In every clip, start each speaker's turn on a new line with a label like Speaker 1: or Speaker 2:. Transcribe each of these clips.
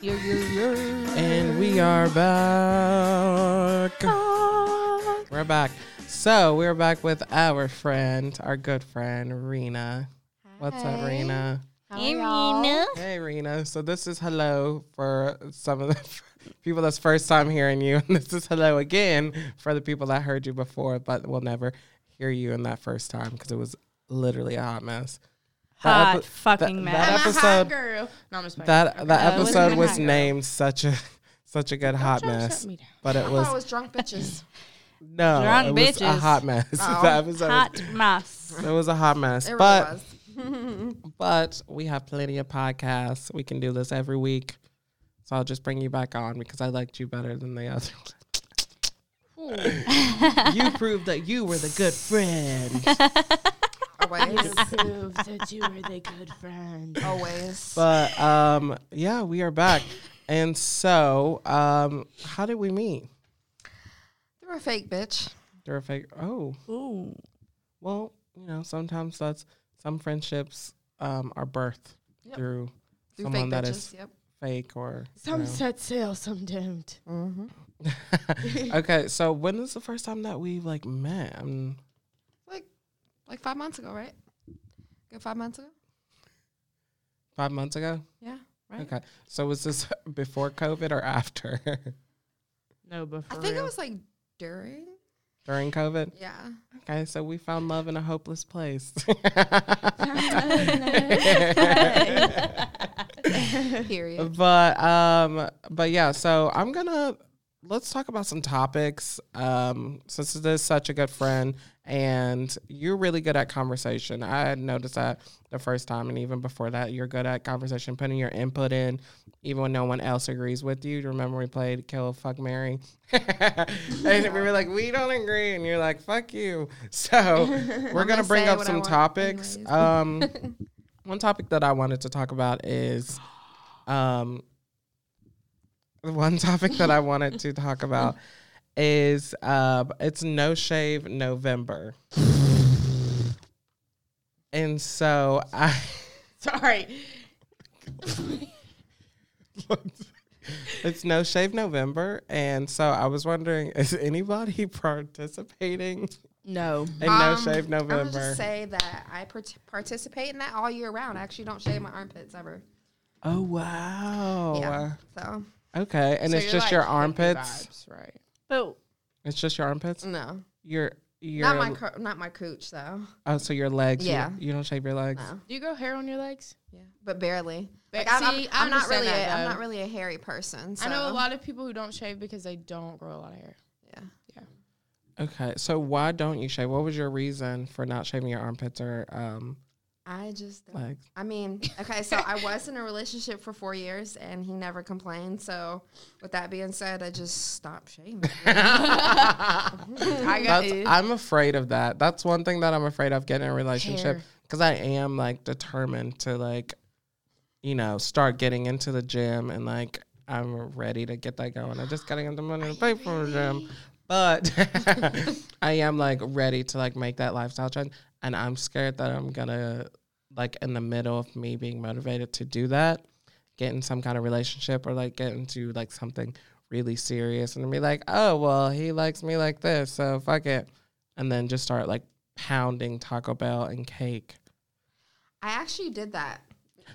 Speaker 1: You're, you're, you're.
Speaker 2: And we are back. We're back. So we're back with our friend, our good friend, Rena. What's up,
Speaker 1: Hi.
Speaker 2: Rena?
Speaker 1: How are y'all?
Speaker 2: Hey, Rena. So this is hello for some of the people that's first time hearing you, and this is hello again for the people that heard you before but will never hear you in that first time because it was literally a hot mess. That
Speaker 3: Hot
Speaker 2: epi-
Speaker 3: fucking
Speaker 2: that-
Speaker 3: mess.
Speaker 2: that
Speaker 4: I'm a hot
Speaker 2: episode-
Speaker 4: girl. No, I'm just playing.
Speaker 2: That that
Speaker 3: Uh, it wasn't
Speaker 2: episode
Speaker 3: a
Speaker 2: was
Speaker 3: hot girl.
Speaker 2: named such a such a good hot mess, but it
Speaker 4: I
Speaker 2: was
Speaker 4: thought it was drunk bitches.
Speaker 2: no,
Speaker 3: Drunk
Speaker 2: it was a
Speaker 3: bitches.
Speaker 2: hot mess. the episode was-
Speaker 3: Hot mess.
Speaker 2: It was a hot mess,
Speaker 4: It really
Speaker 2: but
Speaker 4: was.
Speaker 2: but we have plenty of podcasts. We can do this every week, so I'll just bring you back on because I liked you better than the other. one. you proved that you were the good friend,
Speaker 4: Always.
Speaker 1: Prove that you were the good friend.
Speaker 4: Always.
Speaker 2: but um, yeah, we are back. And so, um, how did we meet?
Speaker 4: They were a fake bitch.
Speaker 2: You're a fake. Oh,
Speaker 3: Ooh.
Speaker 2: well, you know, sometimes that's some friendships um, are birthed
Speaker 4: Yep.
Speaker 2: through
Speaker 4: Through
Speaker 2: someone
Speaker 4: fake
Speaker 2: that
Speaker 4: bitches.
Speaker 2: is
Speaker 4: Yep.
Speaker 2: fake or you
Speaker 1: Some
Speaker 2: know.
Speaker 1: set sail, some don't.
Speaker 2: okay, so when is the first time that we like met? Um,
Speaker 4: Like, like five months ago, right? Good five months ago.
Speaker 2: five months ago.
Speaker 4: Yeah. Right.
Speaker 2: Okay, so was this before COVID or after?
Speaker 3: No, but
Speaker 4: I think it was like during.
Speaker 2: During COVID.
Speaker 4: Yeah.
Speaker 2: Okay, so we found love in a hopeless place.
Speaker 4: Period.
Speaker 2: but um, but yeah, so I'm gonna let's talk about some topics. Um, since this is such a good friend, and you're really good at conversation. I had noticed that the first time, and even before that, you're good at conversation, putting your input in, even when no one else agrees with you. Do you Remember we played Kill Fuck Mary, and we were like, we don't agree, and you're like, fuck you. So we're gonna
Speaker 4: gonna
Speaker 2: bring
Speaker 4: say
Speaker 2: up
Speaker 4: what I
Speaker 2: some
Speaker 4: want
Speaker 2: topics.
Speaker 4: anyways.
Speaker 2: Um, one topic that I wanted to talk about is, um, one topic that I wanted to talk about is uh, it's no shave November, and so I.
Speaker 1: Sorry.
Speaker 2: it's no shave November, and so I was wondering, is anybody participating
Speaker 1: No.
Speaker 2: in no
Speaker 4: Um,
Speaker 2: shave
Speaker 4: I would
Speaker 2: November?
Speaker 4: just say that I part- participate in that all year round. I actually don't shave my armpits ever.
Speaker 2: oh wow!
Speaker 4: Yeah. So
Speaker 2: Okay, and it's just your armpits.
Speaker 1: right.
Speaker 3: But
Speaker 2: It's just your armpits.
Speaker 4: no,
Speaker 2: Your your
Speaker 4: Mm. not my co- not my cooch though.
Speaker 2: oh, so your legs. you-
Speaker 4: Yeah.
Speaker 2: you, don't shave your legs.
Speaker 4: No.
Speaker 1: Do you grow hair on your legs?
Speaker 4: Yeah, but barely.
Speaker 1: Ba-
Speaker 4: Like, I'm, I'm-
Speaker 1: see, I
Speaker 4: I'm not
Speaker 1: understand
Speaker 4: really.
Speaker 1: that,
Speaker 4: a, um, I'm
Speaker 1: though.
Speaker 4: not really a hairy person. So.
Speaker 1: I know a lot of people who don't shave because they don't grow a lot of hair.
Speaker 4: Yeah.
Speaker 2: Okay, so why don't you shave? What was your reason for not shaving your armpits or um
Speaker 4: I just. Don't.
Speaker 2: legs?
Speaker 4: I mean, okay, so I was in a relationship for four years, and he never complained. So, with that being said, I just stopped shaving.
Speaker 1: I
Speaker 2: That's, I'm afraid of that. That's one thing that I'm afraid of getting in a relationship
Speaker 1: Hair.
Speaker 2: because I am like determined to like, you know, start getting into the gym and like I'm ready to get that going. I just gotta get the money to pay for the gym, but I am like ready to like make that lifestyle change, and I'm scared that I'm gonna like in the middle of me being motivated to do that, get in some kind of relationship or like get into like something really serious and be like, oh well, he likes me like this, so fuck it, and then just start like pounding Taco Bell and cake.
Speaker 4: I actually did that.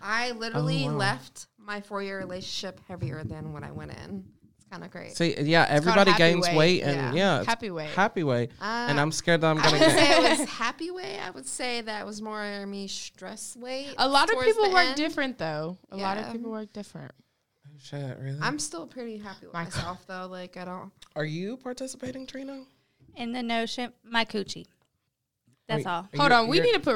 Speaker 4: I literally
Speaker 2: Oh, wow.
Speaker 4: left my four year relationship heavier than when I went in. It's kind of great.
Speaker 2: See, yeah, everybody
Speaker 1: happy
Speaker 2: gains
Speaker 1: weight.
Speaker 2: weight, and
Speaker 4: Yeah.
Speaker 2: yeah, Uh, it's
Speaker 3: happy way.
Speaker 2: happy weight, and
Speaker 4: Uh,
Speaker 2: I'm scared that I'm
Speaker 4: I
Speaker 2: gonna
Speaker 4: wouldn't
Speaker 2: get.
Speaker 4: say it was happy way. I would say that was more me stress weight.
Speaker 1: a lot of
Speaker 4: towards
Speaker 1: people
Speaker 4: the
Speaker 1: work
Speaker 4: end.
Speaker 1: different though. A lot of
Speaker 4: Yeah.
Speaker 1: people work different.
Speaker 2: Shit, really?
Speaker 4: I'm still pretty happy with myself though. Like I don't.
Speaker 2: Are you participating, Trina?
Speaker 3: in the notion, my coochie. That's
Speaker 2: Wait,
Speaker 3: all.
Speaker 2: are
Speaker 1: Hold
Speaker 2: you-
Speaker 1: on, we
Speaker 2: you're-
Speaker 1: need to put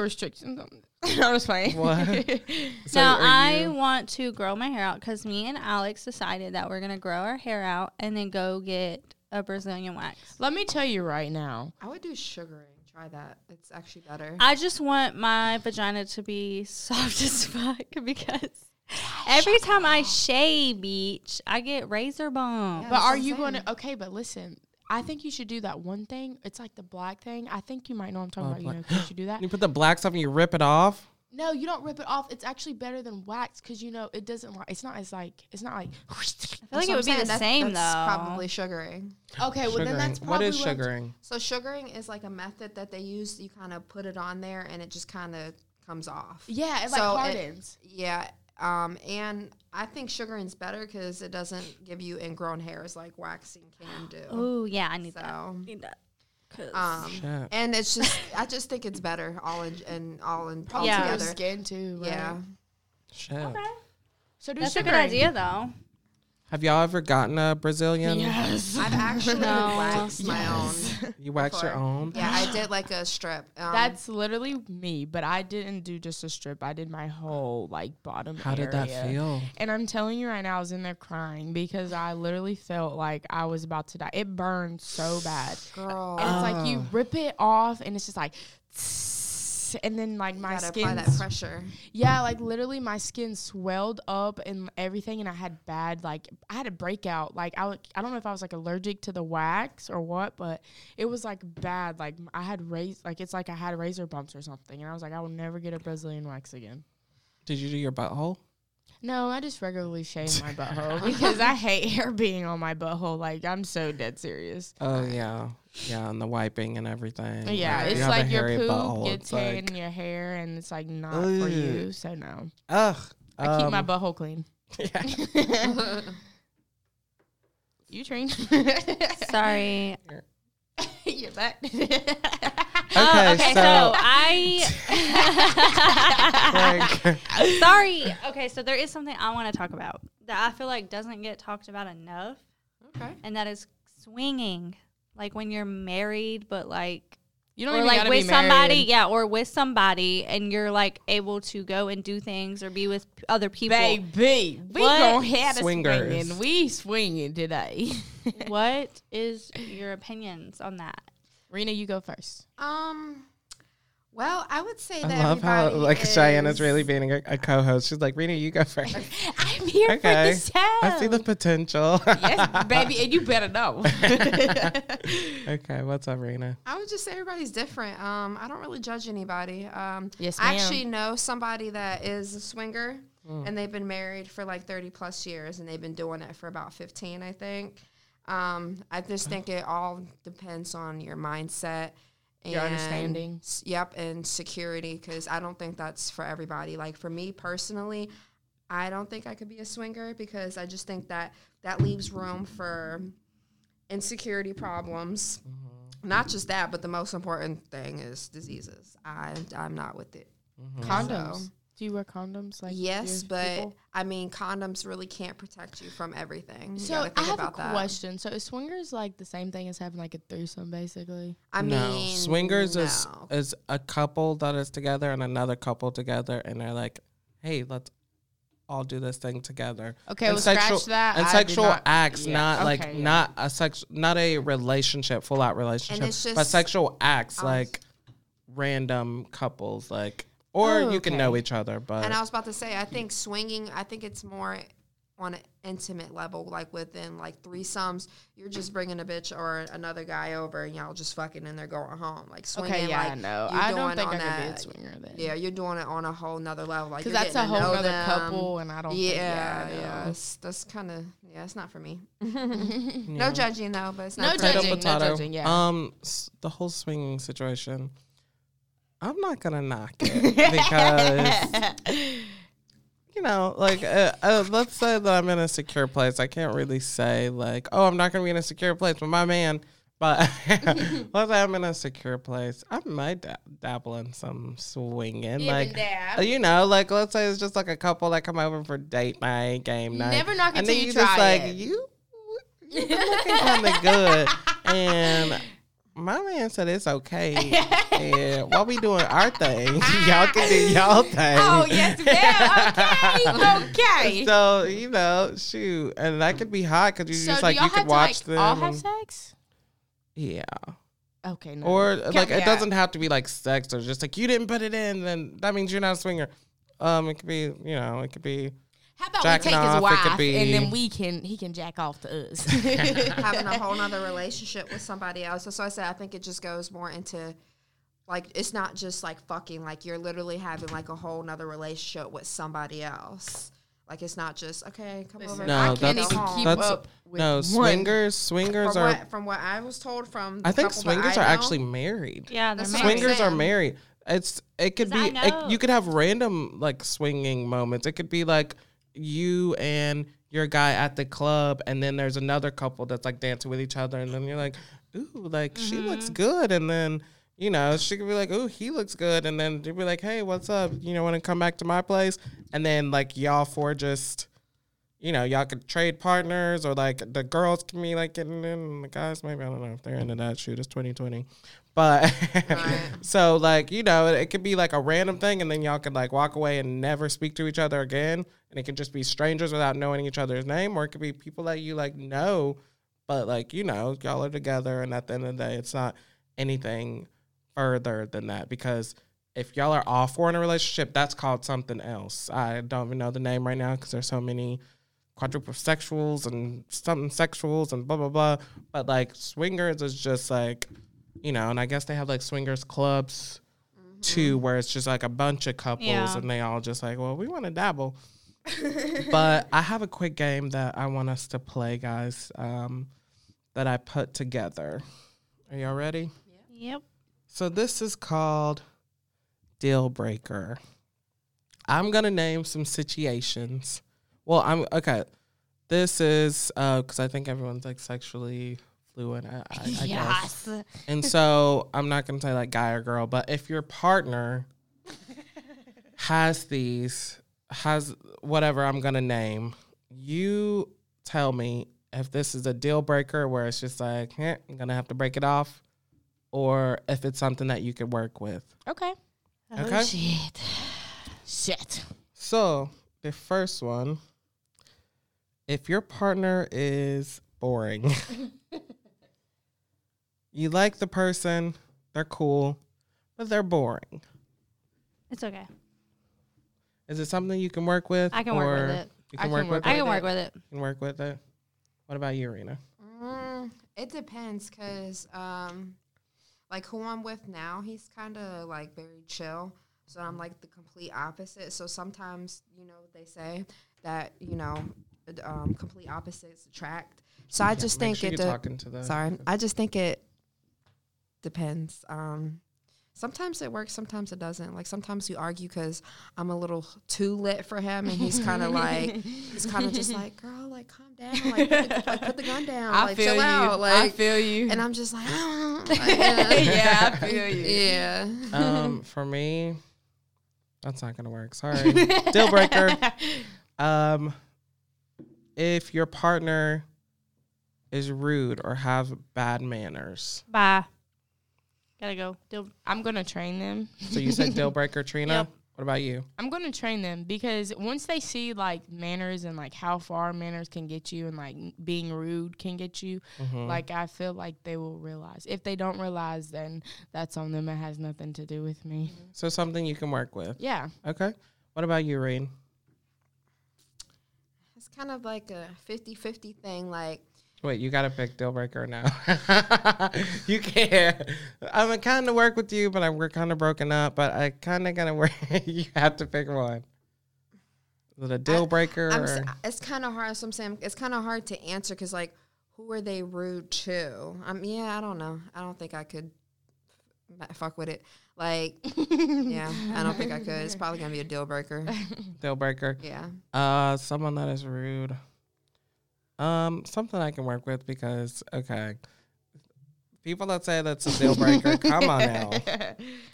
Speaker 1: restrictions on. This. I'm just playing.
Speaker 2: What? So
Speaker 3: now
Speaker 2: are
Speaker 3: I
Speaker 2: you-
Speaker 3: want to grow my hair out because me and Alex decided that we're gonna grow our hair out and then go get a Brazilian wax.
Speaker 1: Let me tell you right now.
Speaker 4: I would do sugaring. Try that. It's actually better.
Speaker 3: I just want my vagina to be soft as fuck because every time I shave, beach, I get razor bump.
Speaker 4: Yeah.
Speaker 1: But
Speaker 4: that's what
Speaker 1: are
Speaker 4: I'm
Speaker 1: you going
Speaker 4: saying.
Speaker 1: to? Okay, but listen. I think you should do that one thing. It's like the black thing. I think you might know what I'm
Speaker 2: Oh,
Speaker 1: talking about. You know,
Speaker 2: black.
Speaker 1: can't you do that?
Speaker 2: You put the black stuff and you rip it off.
Speaker 1: No, you don't rip it off. It's actually better than wax because you know it doesn't like. It's not as like. It's not like.
Speaker 3: I feel like it would be the same
Speaker 4: that's
Speaker 3: though.
Speaker 4: Probably sugaring.
Speaker 1: okay, well then that's probably
Speaker 2: what is
Speaker 1: what I'm-
Speaker 2: sugaring?
Speaker 4: So sugaring is like a method that they use. You kind of put it on there, and it just kind of comes off.
Speaker 1: yeah, it like
Speaker 4: So it-
Speaker 1: hardens.
Speaker 4: Yeah. Um, and I think sugaring's better because it doesn't give you ingrown hairs like waxing can do.
Speaker 3: Oh yeah, I need that.
Speaker 4: so,
Speaker 3: Need that. 'Cause-
Speaker 4: um,
Speaker 2: Shit.
Speaker 4: and it's just I just think it's better all in and all in all
Speaker 1: Probably
Speaker 3: Yeah.
Speaker 1: for your
Speaker 4: together.
Speaker 1: skin too. right?
Speaker 4: Yeah.
Speaker 2: Shit.
Speaker 1: So do
Speaker 3: That's a good
Speaker 1: sugaring.
Speaker 3: idea though.
Speaker 2: Have y'all ever gotten a Brazilian?
Speaker 1: Yes.
Speaker 4: I've actually
Speaker 3: No.
Speaker 4: waxed my own.
Speaker 2: You wax your
Speaker 4: Before.
Speaker 2: own?
Speaker 4: Yeah, I did like a strip. Um,
Speaker 1: That's literally me, but I didn't do just a strip. I did my whole like bottom.
Speaker 2: How did that
Speaker 1: area.
Speaker 2: feel?
Speaker 1: And I'm telling you right now, I was in there crying because I literally felt like I was about to die. It burned so bad.
Speaker 4: girl.
Speaker 1: And it's like you
Speaker 2: Oh.
Speaker 1: rip it off, and it's just like, and then like my
Speaker 4: gotta apply
Speaker 1: skin,
Speaker 4: that pressure.
Speaker 1: yeah, like literally my skin swelled up and everything, and I had bad like I had a breakout. Like I, wa- I don't know if I was like allergic to the wax or what, but it was like bad. Like I had raised, like it's like I had razor bumps or something, and I was like, I will never get a Brazilian wax again.
Speaker 2: Did you do your butthole?
Speaker 1: No, I just regularly shave my butthole because I hate hair being on my butthole. Like I'm so dead serious.
Speaker 2: Oh yeah, yeah, and the wiping and everything.
Speaker 1: Yeah,
Speaker 4: Right.
Speaker 1: it's
Speaker 4: You
Speaker 2: have a
Speaker 1: like your
Speaker 2: hairy
Speaker 1: poop
Speaker 2: butthole,
Speaker 1: gets
Speaker 2: it's
Speaker 1: hair
Speaker 2: like-
Speaker 1: in your hair, and it's like not for
Speaker 2: Ugh. Um,
Speaker 1: you. So no,
Speaker 2: Ugh.
Speaker 1: I keep my butthole clean.
Speaker 2: butt.
Speaker 1: You train.
Speaker 3: Sorry.
Speaker 1: You're back.
Speaker 3: Oh,
Speaker 2: Okay,
Speaker 3: okay, so,
Speaker 2: so-
Speaker 3: I.
Speaker 2: like,
Speaker 3: Sorry. Okay, so there is something I want to talk about that I feel like doesn't get talked about enough,
Speaker 4: Okay.
Speaker 3: and that is swinging. Like when you're married, but like
Speaker 1: you don't
Speaker 3: or
Speaker 1: even
Speaker 3: like
Speaker 1: gotta
Speaker 3: with
Speaker 1: be
Speaker 3: somebody,
Speaker 1: married.
Speaker 3: yeah, or with somebody, and you're like able to go and do things or be with p- other people.
Speaker 1: Baby, we
Speaker 3: What?
Speaker 1: gonna have a
Speaker 2: Swingers.
Speaker 1: swinging. We swinging today.
Speaker 3: What is your opinions on that?
Speaker 1: Rena, you go first.
Speaker 4: Um. Well, I would say
Speaker 2: I
Speaker 4: that
Speaker 2: love how
Speaker 4: everybody
Speaker 2: like
Speaker 4: is,
Speaker 2: Cheyenne's really being a, a co-host. She's like, Rena, you go first.
Speaker 1: I'm here
Speaker 2: for Okay. this
Speaker 1: town.
Speaker 2: I see the potential.
Speaker 1: yes, baby, and you better know.
Speaker 2: okay, what's up, Rena?
Speaker 4: I would just say everybody's different. Um, I don't really judge anybody. Um,
Speaker 1: Yes,
Speaker 4: I
Speaker 1: ma'am. Mm.
Speaker 4: actually know somebody that is a swinger, and they've been married for like thirty plus years, and they've been doing it for about fifteen, I think. Um, I just think it all depends on your mindset, and,
Speaker 1: Your understanding.
Speaker 4: s- Yep, and security, because I don't think that's for everybody. Like for me personally, I don't think I could be a swinger because I just think that that leaves room for insecurity problems.
Speaker 2: Mm-hmm.
Speaker 4: Not just that, but the most important thing is diseases. I I'm not with it.
Speaker 2: Mm-hmm.
Speaker 1: condoms.
Speaker 4: So-
Speaker 1: Do you wear condoms? Like
Speaker 4: yes,
Speaker 1: your
Speaker 4: but
Speaker 1: people?
Speaker 4: I mean condoms really can't protect you from everything. You
Speaker 1: so
Speaker 4: gotta
Speaker 1: I
Speaker 4: think
Speaker 1: have a
Speaker 4: about that.
Speaker 1: question. So is swingers like the same thing as having like a threesome, basically?
Speaker 4: I
Speaker 2: no,
Speaker 4: mean
Speaker 2: swingers is
Speaker 4: no.
Speaker 2: is a couple that is together and another couple together, and they're like, hey, let's all do this thing together.
Speaker 1: Okay, well, scratch that.
Speaker 2: And
Speaker 1: I do
Speaker 2: sexual
Speaker 1: not-
Speaker 2: acts,
Speaker 1: yeah,
Speaker 2: not like
Speaker 1: okay, yeah.
Speaker 2: not a sex, not a relationship, full out relationship,
Speaker 4: it's just-
Speaker 2: but sexual acts like random couples, like or
Speaker 1: Oh,
Speaker 2: you can
Speaker 1: okay.
Speaker 2: know each other, but
Speaker 4: And I was about to say, I think swinging, I think it's more on an intimate level, like within like threesomes. You're just bringing a bitch or another guy over, and y'all just fucking, and they're going home. Like swinging,
Speaker 1: Okay, yeah, I
Speaker 4: like,
Speaker 1: know.
Speaker 4: you're
Speaker 1: I don't
Speaker 4: doing
Speaker 1: think
Speaker 4: on
Speaker 1: I could be a
Speaker 4: that-
Speaker 1: swinger then.
Speaker 4: Yeah, you're doing it on a whole nother level. Like
Speaker 1: because
Speaker 4: you're
Speaker 1: that's
Speaker 4: getting
Speaker 1: a
Speaker 4: to
Speaker 1: whole
Speaker 4: Uh, know
Speaker 1: other
Speaker 4: them.
Speaker 1: couple, and I don't.
Speaker 4: Yeah,
Speaker 1: think,
Speaker 4: yeah,
Speaker 1: I know.
Speaker 4: it's- that's kind of yeah, it's not for me. No judging though, but it's
Speaker 1: No
Speaker 4: not for
Speaker 1: judging.
Speaker 4: me.
Speaker 1: no judging, yeah.
Speaker 2: Um, s- the whole swinging situation. I'm not gonna knock it because you know, like, uh, uh, let's say that I'm in a secure place. I can't really say like, oh, I'm not gonna be in a secure place with my man. But let's say I'm in a secure place. I might da- dabble in some swinging, like uh, you know, like let's say it's just like a couple that come over for date night, game night.
Speaker 1: Never knock it
Speaker 2: and
Speaker 1: till
Speaker 2: then
Speaker 1: you
Speaker 2: you
Speaker 1: try
Speaker 2: just like
Speaker 1: it.
Speaker 2: you you've been looking kind of good. And my man said it's okay. and while we doing our thing, y'all can do y'all thing.
Speaker 1: Oh yes, ma'am. Okay, okay.
Speaker 2: So you know, shoot, and that could be hot because you
Speaker 1: So
Speaker 2: just
Speaker 1: do
Speaker 2: like
Speaker 1: y'all
Speaker 2: you
Speaker 1: have
Speaker 2: could
Speaker 1: to
Speaker 2: watch
Speaker 1: like all
Speaker 2: them.
Speaker 1: have
Speaker 2: and-
Speaker 1: sex?
Speaker 2: yeah,
Speaker 1: Okay, no.
Speaker 2: or like
Speaker 1: me
Speaker 2: it
Speaker 1: out.
Speaker 2: doesn't have to be like sex or just like you didn't put it in, then that means you're not a swinger. Um, it could be you know, it could be
Speaker 1: How about
Speaker 2: jacking
Speaker 1: we take his
Speaker 2: off, it could
Speaker 1: wife and
Speaker 2: be-
Speaker 1: then we can he can jack off to us. okay,
Speaker 4: having a whole nother relationship with somebody else. That's why I said I think it just goes more into Like it's not just like fucking. Like you're literally having like a whole nother relationship with somebody else. Like it's not just okay. Come over.
Speaker 1: Listen,
Speaker 2: No,
Speaker 1: I
Speaker 4: I
Speaker 1: can't
Speaker 4: can
Speaker 2: that's-
Speaker 1: even keep
Speaker 2: that's-
Speaker 1: up with
Speaker 2: no,
Speaker 1: one.
Speaker 2: swingers, swingers
Speaker 4: from
Speaker 2: are.
Speaker 4: what, from what I was told from.
Speaker 2: I think
Speaker 4: couple that
Speaker 2: swingers
Speaker 4: I
Speaker 2: are
Speaker 4: know,
Speaker 2: actually married.
Speaker 3: Yeah, they're
Speaker 4: That's what I'm
Speaker 3: married.
Speaker 2: swingers are
Speaker 4: saying.
Speaker 2: married. It's it could
Speaker 3: 'Cause I
Speaker 2: be it,
Speaker 3: know.
Speaker 2: you could have random like swinging moments. It could be like you and your guy at the club, and then there's another couple that's like dancing with each other, and then you're like, ooh, like she
Speaker 3: Mm-hmm.
Speaker 2: looks good, and then you know she could be like, ooh, he looks good, and then you'd be like, hey, what's up? You know, want to come back to my place? And then like y'all four just. You know, y'all could trade partners, or like the girls can be like getting in, and the guys maybe I don't know if they're into that. Shoot, it's twenty twenty, but
Speaker 4: Right.
Speaker 2: so like you know, it, it could be like a random thing, and then y'all could like walk away and never speak to each other again, and it could just be strangers without knowing each other's name, or it could be people that you like know, but like you know, y'all are together, and at the end of the day, it's not anything further than that because if y'all are all four in a relationship, that's called something else. I don't even know the name right now because there's so many quadruple sexuals and something sexuals and blah blah blah. But like swingers is just like, you know, and I guess they have like swingers clubs too, where it's just like a bunch of couples
Speaker 3: Yeah.
Speaker 2: and they all just like, well, we want to dabble. but I have a quick game that I want us to play, guys. Um, that I put together. Are y'all ready?
Speaker 3: Yep.
Speaker 2: So this is called deal breaker. I'm gonna name some situations. Well, I'm okay. This is because I think everyone's like sexually fluent. I, I, I guess.
Speaker 3: yes.
Speaker 2: And so I'm not gonna say like guy or girl, but if your partner has these, has whatever I'm gonna name, you tell me if this is a deal breaker where it's just like, eh, I'm gonna have to break it off, or if it's something that you could work with.
Speaker 1: Okay.
Speaker 2: Okay.
Speaker 3: Oh, shit.
Speaker 1: Shit.
Speaker 2: So the first one, if your partner is boring, you like the person, they're cool, but they're boring.
Speaker 3: It's okay.
Speaker 2: Is it something you can work with?
Speaker 3: I can work with
Speaker 2: or
Speaker 3: it.
Speaker 2: You
Speaker 1: I
Speaker 2: can, work, with
Speaker 3: I
Speaker 2: it.
Speaker 3: can work with it.
Speaker 2: You can work with it. What about you, Rena?
Speaker 4: Mm, it depends, cause um, like who I'm with now, he's kind of like very chill. So I'm like the complete opposite. So sometimes, you know, they say that you know, d- um, complete opposites attract. So I just think
Speaker 2: Make sure
Speaker 4: it.
Speaker 2: you're
Speaker 4: de-
Speaker 2: talking to the
Speaker 4: sorry, I just think it depends. Um, sometimes it works, sometimes it doesn't. Like sometimes we argue because I'm a little too lit for him, and he's kind of like, he's kind of just like, girl, like calm down, like put the, like, put the gun down,
Speaker 1: I
Speaker 4: like
Speaker 1: feel
Speaker 4: chill
Speaker 1: you.
Speaker 4: out,
Speaker 1: I
Speaker 4: like.
Speaker 1: feel you.
Speaker 4: and I'm just like, like, yeah.
Speaker 1: yeah, I feel you.
Speaker 4: yeah.
Speaker 2: um, for me, that's not gonna work. Sorry, deal breaker. Um, if your partner is rude or have bad manners,
Speaker 3: Bye. Gotta go. Deal-
Speaker 1: I'm gonna train them.
Speaker 2: so you said deal breaker, Trina.
Speaker 3: Yep.
Speaker 2: What about you?
Speaker 1: I'm gonna train them because once they see like manners and like how far manners can get you and like being rude can get you, like I feel like they will realize. If they don't realize, then that's on them. It has nothing to do with me.
Speaker 4: Mm-hmm.
Speaker 2: So something you can work with.
Speaker 1: Yeah.
Speaker 2: Okay. What about you, Rain?
Speaker 4: It's kind of like a 50 50 thing. Like,
Speaker 2: Wait, you gotta pick deal breaker now. you can't. I'm gonna kind of work with you, but I, we're kind of broken up. But I kind of gonna work. you have to pick one. Is it a deal breaker?
Speaker 4: I'm, s-
Speaker 2: or-
Speaker 4: it's kind of hard. So I'm saying it's kind of hard to answer because, like, who are they rude to? Um, yeah, I don't know. I don't think I could ma- fuck with it. Like, yeah, I don't think I could. It's probably gonna be a deal breaker.
Speaker 2: deal breaker.
Speaker 4: Yeah,
Speaker 2: Uh, someone that is rude. Um, something I can work with because okay, people that say that's a deal breaker, come on now.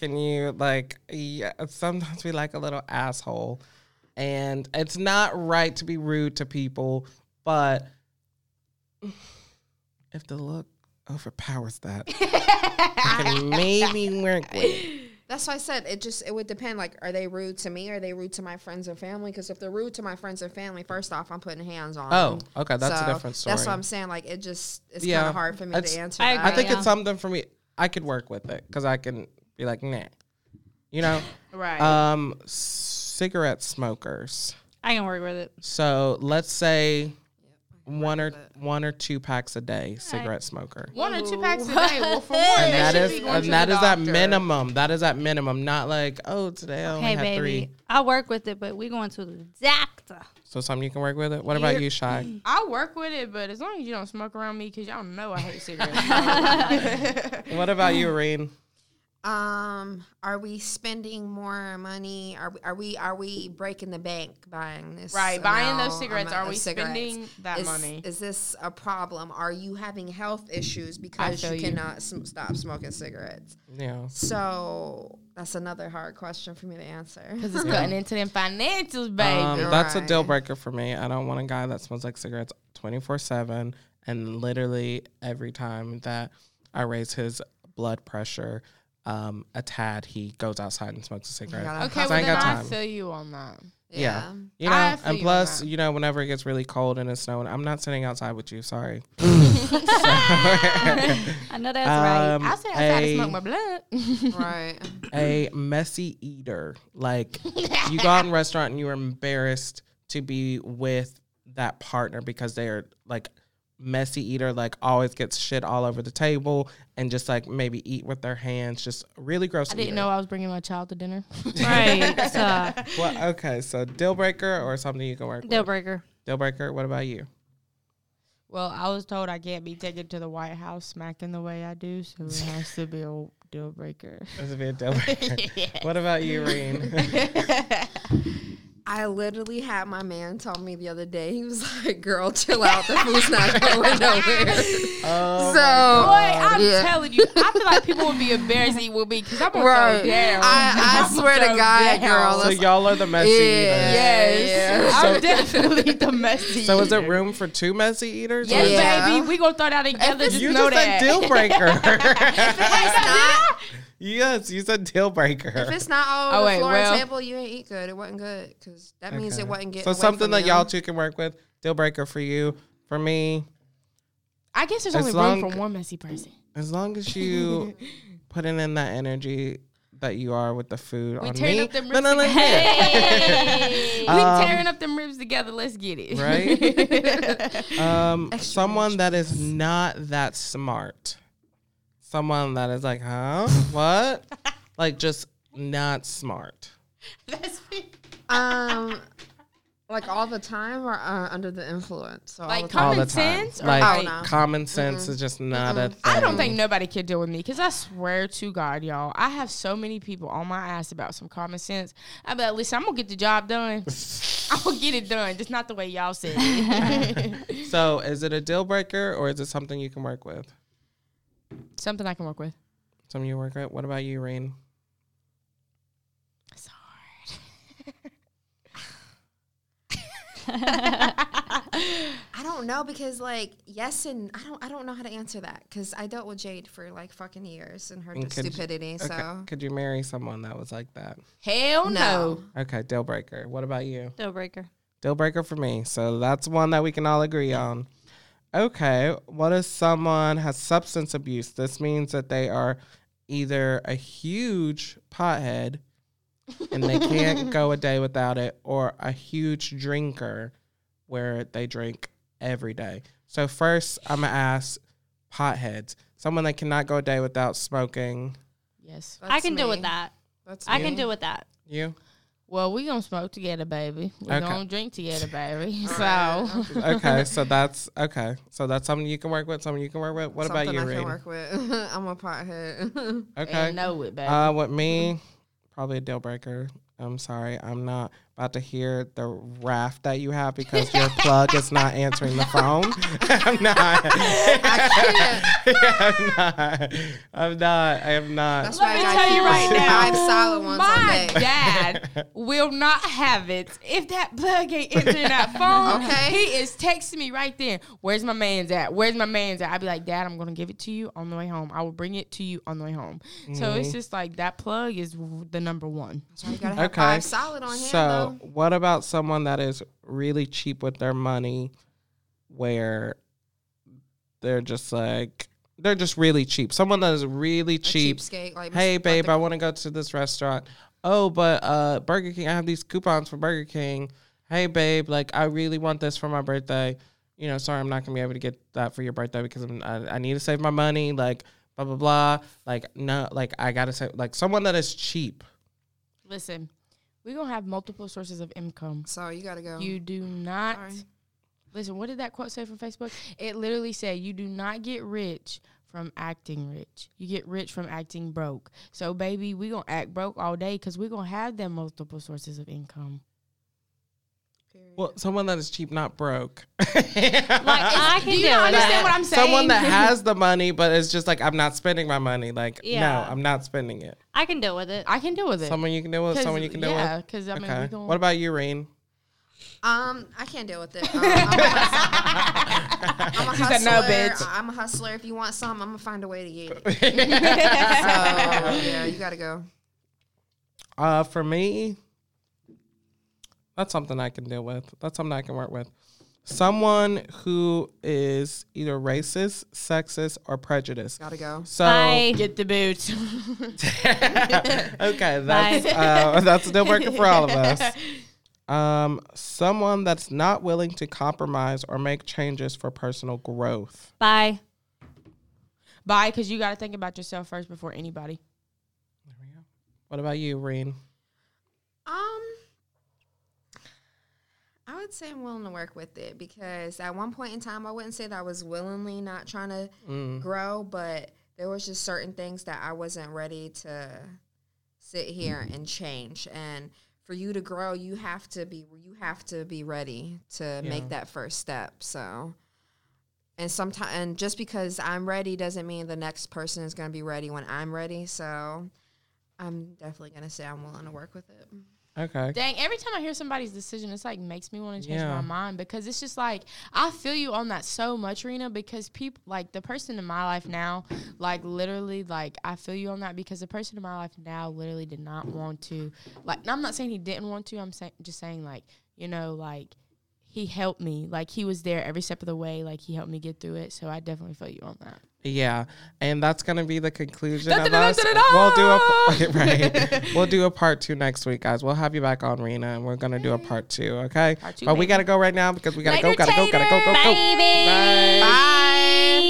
Speaker 2: Can you like? Yeah, sometimes we like a little asshole, and it's not right to be rude to people, but if the look overpowers that, I can maybe work with. it.
Speaker 4: that's why I said it. Just it would depend. Like, are they rude to me? Are they rude to my friends and family? Because if they're rude to my friends and family, first off, I'm putting hands on.
Speaker 2: Oh,
Speaker 4: them.
Speaker 2: okay, that's
Speaker 4: So
Speaker 2: a different story.
Speaker 4: That's what I'm saying. Like, it just it's kind
Speaker 2: Yeah,
Speaker 4: of hard for me
Speaker 2: it's-
Speaker 4: to answer.
Speaker 3: I
Speaker 4: that.
Speaker 2: I think
Speaker 3: Yeah.
Speaker 2: it's something for me. I could work with it because I can be like, nah, you know.
Speaker 1: Right.
Speaker 2: Um, cigarette smokers.
Speaker 3: I can work with it.
Speaker 2: So let's say one or
Speaker 4: Right, but-
Speaker 2: one or two packs a day cigarette smoker.
Speaker 1: One or two packs a
Speaker 3: Ooh.
Speaker 1: day. Well, for one,
Speaker 3: And
Speaker 1: they
Speaker 2: And that
Speaker 1: should
Speaker 2: is
Speaker 1: be going
Speaker 2: and
Speaker 1: to
Speaker 2: that
Speaker 1: the
Speaker 2: is at
Speaker 1: doctor.
Speaker 2: minimum. That is at minimum. Not like oh today I only
Speaker 3: Hey,
Speaker 2: had
Speaker 3: baby,
Speaker 2: three.
Speaker 3: I work with it, but we going to the doctor.
Speaker 2: So something you can work with it. What about
Speaker 1: You're-
Speaker 2: you, Shy?
Speaker 1: I work with it, but as long as you don't smoke around me, because y'all know I hate cigarettes.
Speaker 2: What about you, Reen?
Speaker 4: Um, are we spending more money? Are we are we are we breaking the bank buying this?
Speaker 1: right, buying those
Speaker 4: amount-
Speaker 1: cigarettes.
Speaker 4: amount
Speaker 1: Are
Speaker 4: of
Speaker 1: we
Speaker 4: cigarettes?
Speaker 1: spending that
Speaker 4: is,
Speaker 1: money?
Speaker 4: Is this a problem? Are you having health issues because
Speaker 1: feel
Speaker 4: you
Speaker 1: you.
Speaker 4: cannot sm- stop smoking cigarettes?
Speaker 2: Yeah.
Speaker 4: So that's another hard question for me to answer.
Speaker 1: Because it's cutting into them financials, baby.
Speaker 2: Um, that's a deal
Speaker 4: Right.
Speaker 2: breaker for me. I don't want a guy that smells like cigarettes 24 7. And literally every time that I raise his blood pressure um, a tad, he goes outside and smokes a cigarette.
Speaker 4: gotta-
Speaker 1: okay,
Speaker 4: I
Speaker 1: well
Speaker 2: ain't
Speaker 1: then
Speaker 2: got
Speaker 1: I
Speaker 2: time.
Speaker 1: feel you on that.
Speaker 2: yeah. You know,
Speaker 1: I feel
Speaker 2: and
Speaker 1: you on
Speaker 2: plus,
Speaker 1: that.
Speaker 2: you know, whenever it gets really cold and it's snowing, I'm not sitting outside with you. Sorry.
Speaker 3: I know that's right.
Speaker 2: Um,
Speaker 1: I say outside to
Speaker 2: a-
Speaker 1: smoke my blunt.
Speaker 4: Right.
Speaker 2: a messy eater. Like you go out in a restaurant and you're embarrassed to be with that partner because they're like messy eater, like always gets shit all over the table and just like maybe eat with their hands. Just really gross.
Speaker 1: I didn't
Speaker 2: eater.
Speaker 1: know I was bringing my child to dinner.
Speaker 3: right. So,
Speaker 2: Well, okay, so deal breaker or something you can work
Speaker 3: deal
Speaker 2: with.
Speaker 3: breaker.
Speaker 2: deal breaker. What about you?
Speaker 1: well, I was told I can't be taken to the White House smacking the way I do, so it has to be a deal breaker.
Speaker 2: This would be a deal breaker. What about you, Reen?
Speaker 4: I literally had my man tell me the other day. He was like, "Girl, chill out. The food's not going nowhere."
Speaker 2: oh,
Speaker 4: so,
Speaker 1: Boy, I'm
Speaker 4: yeah.
Speaker 1: telling you, I feel like people would be embarrassed to eat with me because I'm gonna
Speaker 4: Right.
Speaker 1: go down.
Speaker 4: I, I swear to
Speaker 1: Go
Speaker 4: God,
Speaker 1: down.
Speaker 4: girl.
Speaker 2: so
Speaker 4: that's-
Speaker 2: y'all are the messy eaters.
Speaker 4: Yeah.
Speaker 1: yes,
Speaker 4: Yeah.
Speaker 1: I'm definitely the messy.
Speaker 2: So is
Speaker 1: eater.
Speaker 2: it room for two messy eaters?
Speaker 1: Yes,
Speaker 2: Or-
Speaker 4: Yeah.
Speaker 1: baby, we gonna throw that together. Just
Speaker 2: You
Speaker 1: know
Speaker 2: just
Speaker 1: that.
Speaker 2: said deal breaker.
Speaker 4: It's not-
Speaker 2: yes, you said deal breaker.
Speaker 4: If it's not all over
Speaker 1: Oh,
Speaker 4: the
Speaker 1: wait,
Speaker 4: floor
Speaker 1: well-
Speaker 4: and table, you ain't eat good. It wasn't good because that means it
Speaker 2: Okay.
Speaker 4: wasn't getting.
Speaker 2: So
Speaker 4: away
Speaker 2: something
Speaker 4: from
Speaker 2: that
Speaker 4: you.
Speaker 2: y'all two can work with. Deal breaker for you. For me,
Speaker 1: I guess there's
Speaker 2: As
Speaker 1: only
Speaker 2: long-
Speaker 1: room for one messy person.
Speaker 2: as long as you putting in that energy that you are with the food
Speaker 1: We
Speaker 2: on
Speaker 1: tearing
Speaker 2: me.
Speaker 1: up them
Speaker 2: no, no, no,
Speaker 1: ribs
Speaker 2: yeah.
Speaker 1: we
Speaker 2: Um,
Speaker 1: tearing up them ribs together. Let's get it
Speaker 2: Right? Um,
Speaker 4: Extra
Speaker 2: someone that is not that smart. Someone that is like, huh? What? like just not smart.
Speaker 1: That's
Speaker 4: Um, like all the time or uh, under the influence? So all the
Speaker 1: like
Speaker 4: time.
Speaker 2: All the
Speaker 1: common
Speaker 2: time.
Speaker 1: sense. Or
Speaker 2: Like
Speaker 1: like,
Speaker 4: no.
Speaker 2: common sense is just not a thing.
Speaker 1: I don't think nobody could deal with me because I swear to God, y'all, I have so many people on my ass about some common sense. I be like, listen, I'm gonna get the job done. I'm gonna get it done, just not the way y'all said it.
Speaker 2: So is it a deal breaker or is it something you can work with?
Speaker 1: Something I can work with.
Speaker 2: Something you work with? What about you, Rain?
Speaker 1: It's hard.
Speaker 4: I don't know because like yes and I don't I don't know how to answer that because I dealt with Jade for like fucking years and her
Speaker 2: And could-
Speaker 4: stupidity.
Speaker 2: Okay.
Speaker 4: So
Speaker 2: Could you marry someone that was like that?
Speaker 1: Hell no.
Speaker 4: Oh, No.
Speaker 2: Okay, deal breaker. What about you?
Speaker 3: Deal breaker.
Speaker 2: Deal breaker for me. So that's one that we can all agree on. Okay, what if someone has substance abuse? This means that they are either a huge pothead and they can't go a day without it, or a huge drinker where they drink every day. So, first, I'm gonna ask potheads, someone that cannot go a day without smoking.
Speaker 1: Yes.
Speaker 3: I can deal with that.
Speaker 4: That's
Speaker 3: I can deal with that.
Speaker 2: You?
Speaker 1: Well, we gonna smoke together, baby. We
Speaker 2: Okay.
Speaker 1: gonna drink together, baby. so
Speaker 4: Alright.
Speaker 2: okay, so that's okay. So that's something you can work with. Something you can work with. What
Speaker 4: Something
Speaker 2: about you,
Speaker 4: I can
Speaker 2: Reed?
Speaker 4: work with. I'm a pothead.
Speaker 1: I
Speaker 2: Okay.
Speaker 1: know it, baby.
Speaker 2: Uh, with me, probably a deal breaker. I'm sorry, I'm not about to hear the raft that you have because your plug is not answering the phone. I'm not. I'm not. I'm not. I am not.
Speaker 4: That's why I
Speaker 1: me
Speaker 4: got
Speaker 1: tell you
Speaker 4: keep
Speaker 1: right
Speaker 4: like
Speaker 1: now,
Speaker 4: five solid ones
Speaker 1: My
Speaker 4: a day.
Speaker 1: dad will not have it if that plug ain't entering that phone.
Speaker 4: Okay.
Speaker 1: He is texting me right then. Where's my man's at? Where's my man's at? I'd be like, Dad, I'm gonna give it to you on the way home. I will bring it to you on the way home. So
Speaker 2: Mm-hmm.
Speaker 1: it's just like that plug is w- the number one.
Speaker 4: That's why you gotta have
Speaker 2: Okay.
Speaker 4: five solid on hand
Speaker 2: So,
Speaker 4: though.
Speaker 2: what about someone that is really cheap with their money where they're just like, they're just really cheap? Someone that is really cheap.
Speaker 4: Cheapskate, like
Speaker 2: Hey,
Speaker 4: Mr.
Speaker 2: babe, I want to go to this restaurant. Oh, but uh, Burger King, I have these coupons for Burger King. Hey, babe, like, I really want this for my birthday. you know, sorry, I'm not gonna be able to get that for your birthday because I'm, I, I need to save my money, like blah blah blah. Like no, like I gotta say, like someone that is cheap.
Speaker 1: Listen, we're gonna have multiple sources of income.
Speaker 4: So you gotta go.
Speaker 1: You do not
Speaker 4: Sorry.
Speaker 1: listen. What did that quote say from Facebook? It literally said, "You do not get rich from acting rich. You get rich from acting broke." So, baby, we gonna act broke all day because we gonna have them multiple sources of income.
Speaker 4: Period.
Speaker 2: Well, someone that is cheap, not broke.
Speaker 3: Like I can
Speaker 1: Do
Speaker 3: do
Speaker 1: you not understand what
Speaker 3: that.
Speaker 1: I'm saying?
Speaker 2: someone that has the money, but it's just like I'm not spending my money. Like
Speaker 3: Yeah.
Speaker 2: no, I'm not spending it.
Speaker 3: I can deal with it.
Speaker 1: I can deal with it.
Speaker 2: Someone you can deal with.
Speaker 1: 'Cause,
Speaker 2: Someone you can deal
Speaker 1: yeah,
Speaker 2: with.
Speaker 1: because I mean,
Speaker 2: okay.
Speaker 1: we gonna,
Speaker 2: What about you, Rain?
Speaker 4: Um, I can't deal with it. Um, I'm, a hustler. I'm a
Speaker 1: She
Speaker 4: hustler.
Speaker 1: said, "No, bitch."
Speaker 4: I'm a hustler. If you want some, I'm gonna find a way to get it. So
Speaker 2: uh,
Speaker 4: yeah, you gotta go.
Speaker 2: for me, that's something I can deal with. That's something I can work with. Someone who is either racist, sexist, or prejudiced.
Speaker 4: Gotta go.
Speaker 2: So
Speaker 3: Bye.
Speaker 1: get the boots?
Speaker 2: okay, that's uh, that's a deal breaker for all of us. Um, someone that's not willing to compromise or make changes for personal growth.
Speaker 3: Bye.
Speaker 1: Bye, because you got to think about yourself first before anybody.
Speaker 2: What about you, Reen?
Speaker 4: Um, I would say I'm willing to work with it because at one point in time, I wouldn't say that I was willingly not trying to grow, but there was just certain things that I wasn't ready to sit here and change. And for you to grow, you have to be you have to be ready to
Speaker 2: Yeah.
Speaker 4: make that first step. So. And sometimes, and just because I'm ready doesn't mean the next person is going to be ready when I'm ready. So, I'm definitely going to say I'm willing to work with it.
Speaker 2: Okay.
Speaker 1: Dang, every time I hear somebody's decision, it's like makes me want to change
Speaker 2: Yeah.
Speaker 1: my mind because it's just like I feel you on that so much, Rena, because people like the person in my life now, like literally like I feel you on that because the person in my life now literally did not want to like and I'm not saying he didn't want to, I'm saying just saying like, you know, like he helped me. Like he was there every step of the way, like he helped me get through it. So I definitely feel you on that.
Speaker 2: Yeah, and that's gonna be the conclusion of us.
Speaker 1: Dun-dun-dun-dun-dun-dun!
Speaker 2: We'll do a right. We'll do a part two next week, guys. We'll have you back on Rena, and we're gonna do a part two. Okay,
Speaker 1: Part two,
Speaker 2: but we
Speaker 1: baby.
Speaker 2: gotta go right now because we gotta go,
Speaker 1: Later,
Speaker 2: gotta go, gotta go, go, go.
Speaker 3: Baby.
Speaker 2: Bye.
Speaker 3: Bye.